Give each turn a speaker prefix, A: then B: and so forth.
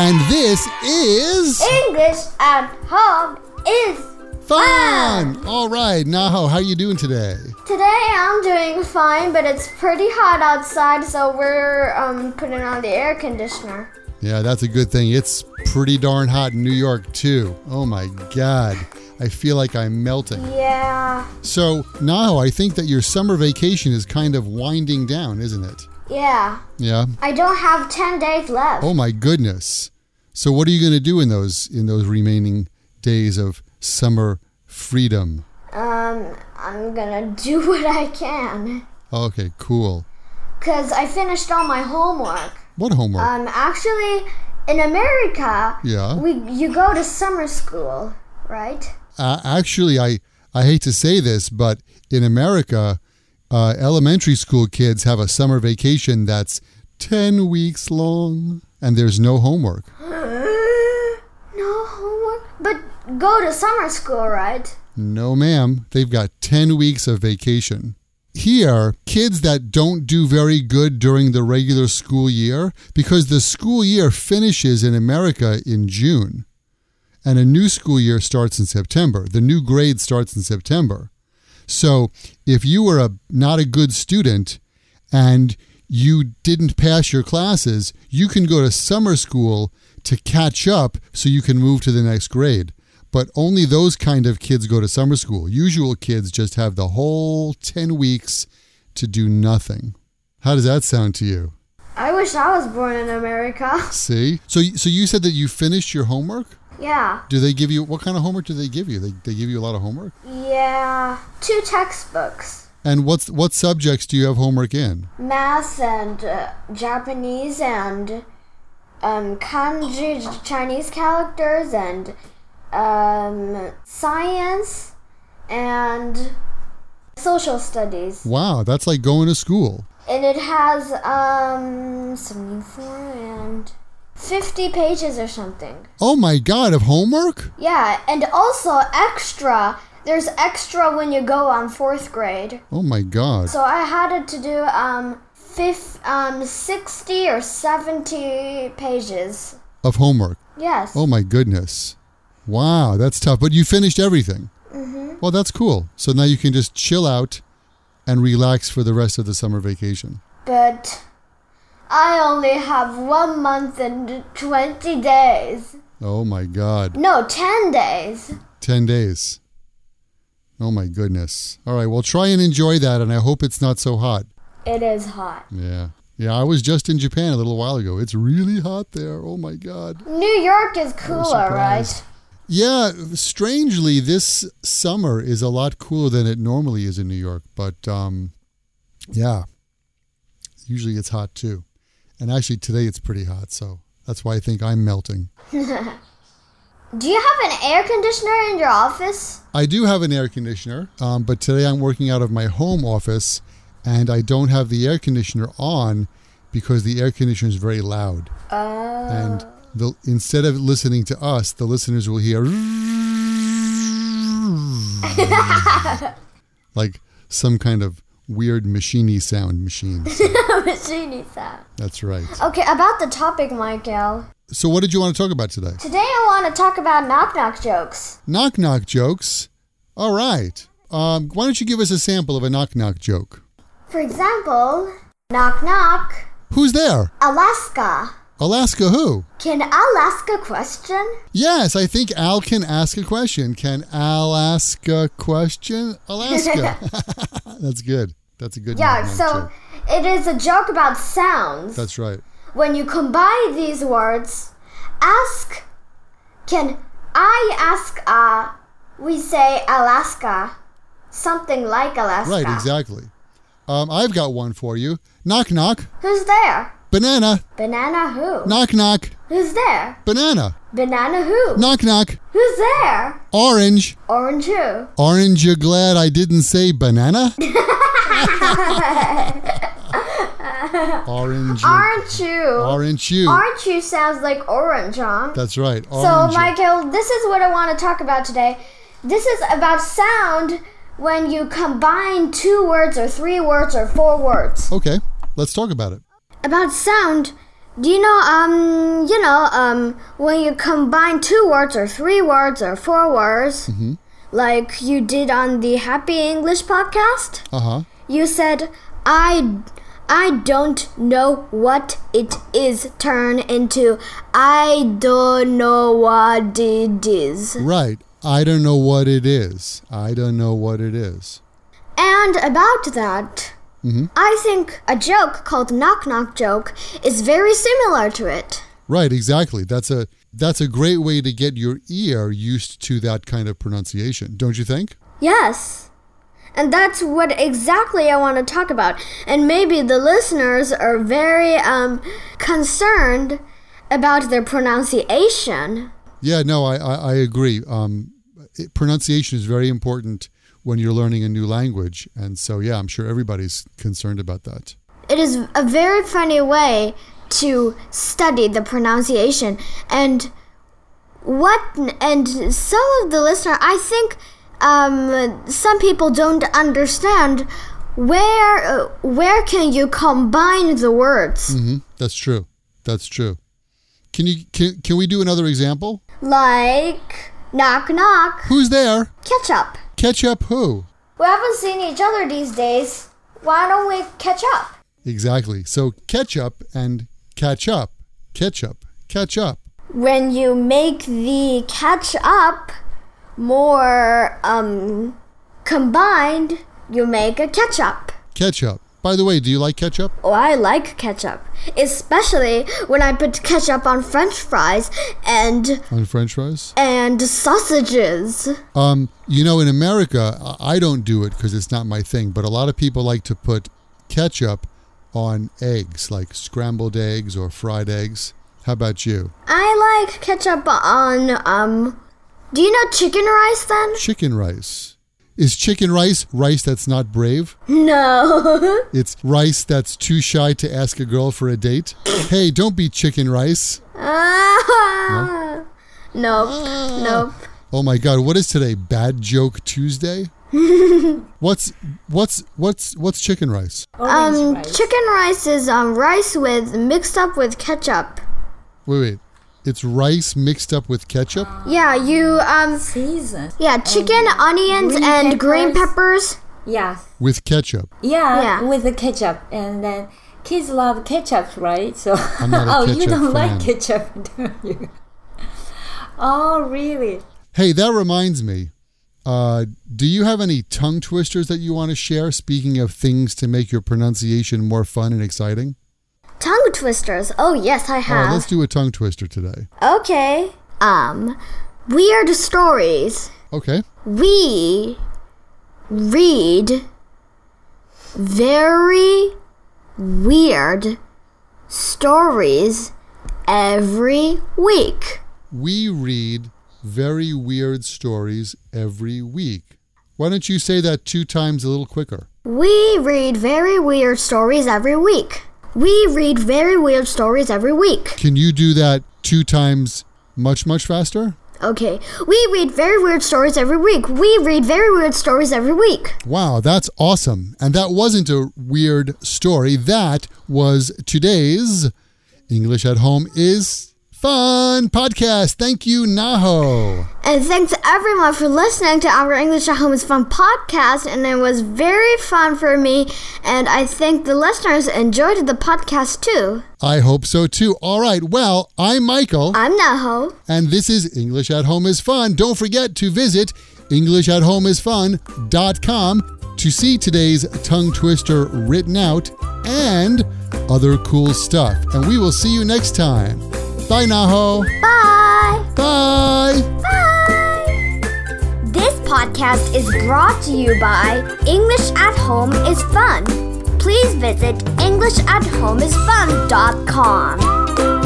A: And this is
B: English and Hub is
A: fun. All right, Naho, how are you doing today?
B: today. I'm doing fine, but it's pretty hot outside, so we're um, putting on the air conditioner.
A: Yeah, that's a good thing. It's pretty darn hot in New York too. Oh my God, I feel like I'm melting.
B: Yeah,
A: So, Naho, I think that your summer vacation is kind of winding down, isn't it?
B: yeah.
A: Yeah.
B: I don't have ten days left.
A: Oh my goodness. So, what are you going to do in those in those remaining days of summer freedom?
B: Um, I'm gonna do what I can,
A: Okay, cool.
B: cause I finished all my homework.
A: What homework?
B: Um, actually, in America,
A: Yeah.
B: we you go to summer school, right?
A: uh, actually I I hate to say this, but in America, uh, elementary school kids have a summer vacation that's ten weeks long, and there's no homework.
B: Uh, no homework. But go to summer school, right?
A: No, ma'am, they've got ten weeks of vacation. Here, kids that don't do very good during the regular school year, because the school year finishes in America in June, and a new school year starts in September. The new grade starts in September. So if you were a not a good student and you didn't pass your classes, you can go to summer school to catch up so you can move to the next grade. But only those kind of kids go to summer school. Usual kids just have the whole 10 weeks to do nothing. How does that sound to you?
B: I wish I was born in America.
A: See? So so you said that you finished your homework?
B: yeah.
A: Do they give you what kind of homework do they give you? They they give you a lot of homework?
B: Yeah. Two textbooks
A: And what's what subjects do you have homework in?
B: math and uh, Japanese and um, kanji, J- Chinese characters, and um, science and social studies.
A: Wow, that's like going to school.
B: And it has um, 74 and 50 pages or something.
A: Oh my god, of homework?
B: Yeah, and also extra. There's extra when you go on fourth grade.
A: Oh my god.
B: So I had to do um, fifth, um, 60 or 70 pages.
A: Of homework.
B: Yes.
A: Oh my goodness. Wow, that's tough. But you finished everything. Mm-hmm. Well, that's cool. So now you can just chill out and relax for the rest of the summer vacation.
B: But I only have one month and 20 days.
A: Oh my god.
B: No, 10 days.
A: 10 days. Oh my goodness. All right, well, try and enjoy that, and I hope it's not so hot.
B: It is hot.
A: Yeah. Yeah, I was just in Japan a little while ago. It's really hot there. Oh my god.
B: New York is cooler,
A: surprised.
B: right?
A: Yeah, strangely, this summer is a lot cooler than it normally is in New York. But um, yeah, usually it's hot too. And actually, today it's pretty hot. So that's why I think I'm melting.
B: Do you have an air conditioner in your office?
A: I do have an air conditioner, um, but today I'm working out of my home office and I don't have the air conditioner on because the air conditioner is very loud.
B: Uh,
A: and the, instead of listening to us, the listeners will hear like some kind of weird machiney sound machine.
B: machine sound.
A: That's right.
B: Okay, about the topic, Michael.
A: So, what did you want to talk about today?
B: Today I want to talk about knock knock jokes.
A: Knock knock jokes. All right. Um, why don't you give us a sample of a knock knock joke?
B: For example, knock knock,
A: Who's there?
B: Alaska.
A: Alaska who?
B: Can Alaska question?
A: Yes, I think Al can ask a question. Can Alaska question Alaska? That's good. That's a good
B: Yeah,
A: knock knock
B: so
A: joke.
B: it is a joke about sounds.
A: That's right.
B: When you combine these words, ask, can I ask a, we say Alaska, something like Alaska.
A: Right, exactly. Um, I've got one for you. Knock, knock.
B: Who's there?
A: Banana.
B: Banana who?
A: Knock, knock.
B: Who's there?
A: Banana.
B: Banana who?
A: Knock, knock.
B: Who's there?
A: Orange.
B: Orange who?
A: Orange, you're glad I didn't say banana? orange. you-
B: Aren't you?
A: Orange, you.
B: Aren't you sounds like orange, huh?
A: That's right.
B: So,
A: Orange. you.
B: Michael, this is what I want to talk about today. This is about sound when you combine two words or three words or four words.
A: Okay, let's talk about it.
B: About sound Do you know, um, you know, um, when you combine two words or three words or four words, like you did on the Happy English podcast,
A: Uh huh.
B: you said, I, I don't know what it is turn into I don't know what it is.
A: Right. I don't know what it is. I don't know what it is.
B: And about that, I think a joke called knock knock joke is very similar to it.
A: Right, exactly. That's a that's a great way to get your ear used to that kind of pronunciation, don't you think?
B: Yes. And that's what exactly I want to talk about. And maybe the listeners are very um concerned about their pronunciation.
A: Yeah, no, I I, I agree. Um, it, pronunciation is very important when you're learning a new language, and so yeah, I'm sure everybody's concerned about that.
B: It is a very funny way to study the pronunciation and what and some of the listener I think um, some people don't understand where uh, where can you combine the words
A: hmm That's true. That's true. Can you can, can we do another example?
B: like knock knock
A: Who's there?
B: catch up.
A: Catch up who?
B: We haven't seen each other these days. Why don't we catch up?
A: Exactly. So catch up and catch up, catch up, catch up.
B: When you make the catch up more um combined, you make a catch up.
A: Ketchup. By the way, do you like ketchup?
B: Oh, I like ketchup, especially when I put ketchup on french fries and
A: On French fries?
B: and sausages.
A: Um, you know, in America, I- I don't do it because it's not my thing, but a lot of people like to put ketchup on eggs, like scrambled eggs or fried eggs. How about you?
B: I like ketchup on um do you know chicken rice then?
A: Chicken rice. Is chicken rice rice that's not brave?
B: No.
A: It's rice that's too shy to ask a girl for a date? Hey, don't be chicken rice.
B: Ah. Nope. Nope.
A: Oh my god, what is today? Bad joke Tuesday? what's what's what's what's chicken rice?
C: Orange
B: Um,
C: rice.
B: chicken rice is um rice with mixed up with ketchup.
A: Wait, wait. It's rice mixed up with ketchup?
B: Yeah, you um
C: Season.
B: yeah, chicken, onions,
C: green
B: and green peppers.
C: Yeah.
A: With ketchup.
C: yeah.
B: Yeah.
C: With the ketchup. And then kids love ketchup, right? So
A: I'm not a
C: oh, you
A: ketchup
C: don't
A: fan.
C: like ketchup, do you? Oh, really?
A: Hey, that reminds me. Uh, do you have any tongue twisters that you want to share? Speaking of things to make your pronunciation more fun and exciting,
B: Tongue twisters. Oh yes, I
A: all right, let's
B: have.
A: do a tongue twister today.
B: Okay. Um, weird stories.
A: Okay,
B: We read very weird stories every week.
A: we read very weird stories every week. Why don't you say that two times a little quicker?
B: We read very weird stories every week. We read very weird stories every week.
A: Can you do that two times much much faster?
B: Okay. We read very weird stories every week. We read very weird stories every week.
A: Wow, that's awesome. And that wasn't a weird story. That was today's English at Home is Fun podcast. Thank you, Naho.
B: And thanks everyone for listening to our English at Home is Fun podcast. And it was very fun for me. And I think the listeners enjoyed the podcast too.
A: I hope so too. All right. Well, I'm Michael,
B: I'm Naho.
A: and this is English at Home is Fun. Don't forget to visit EnglishAtHomeIsFun.com to see today's tongue twister written out and other cool stuff. And we will see you next time. Bye, Naho.
B: Bye.
A: Bye.
B: Bye. This podcast is brought to you by English at Home is Fun. Please visit EnglishAtHomeIsFun.com.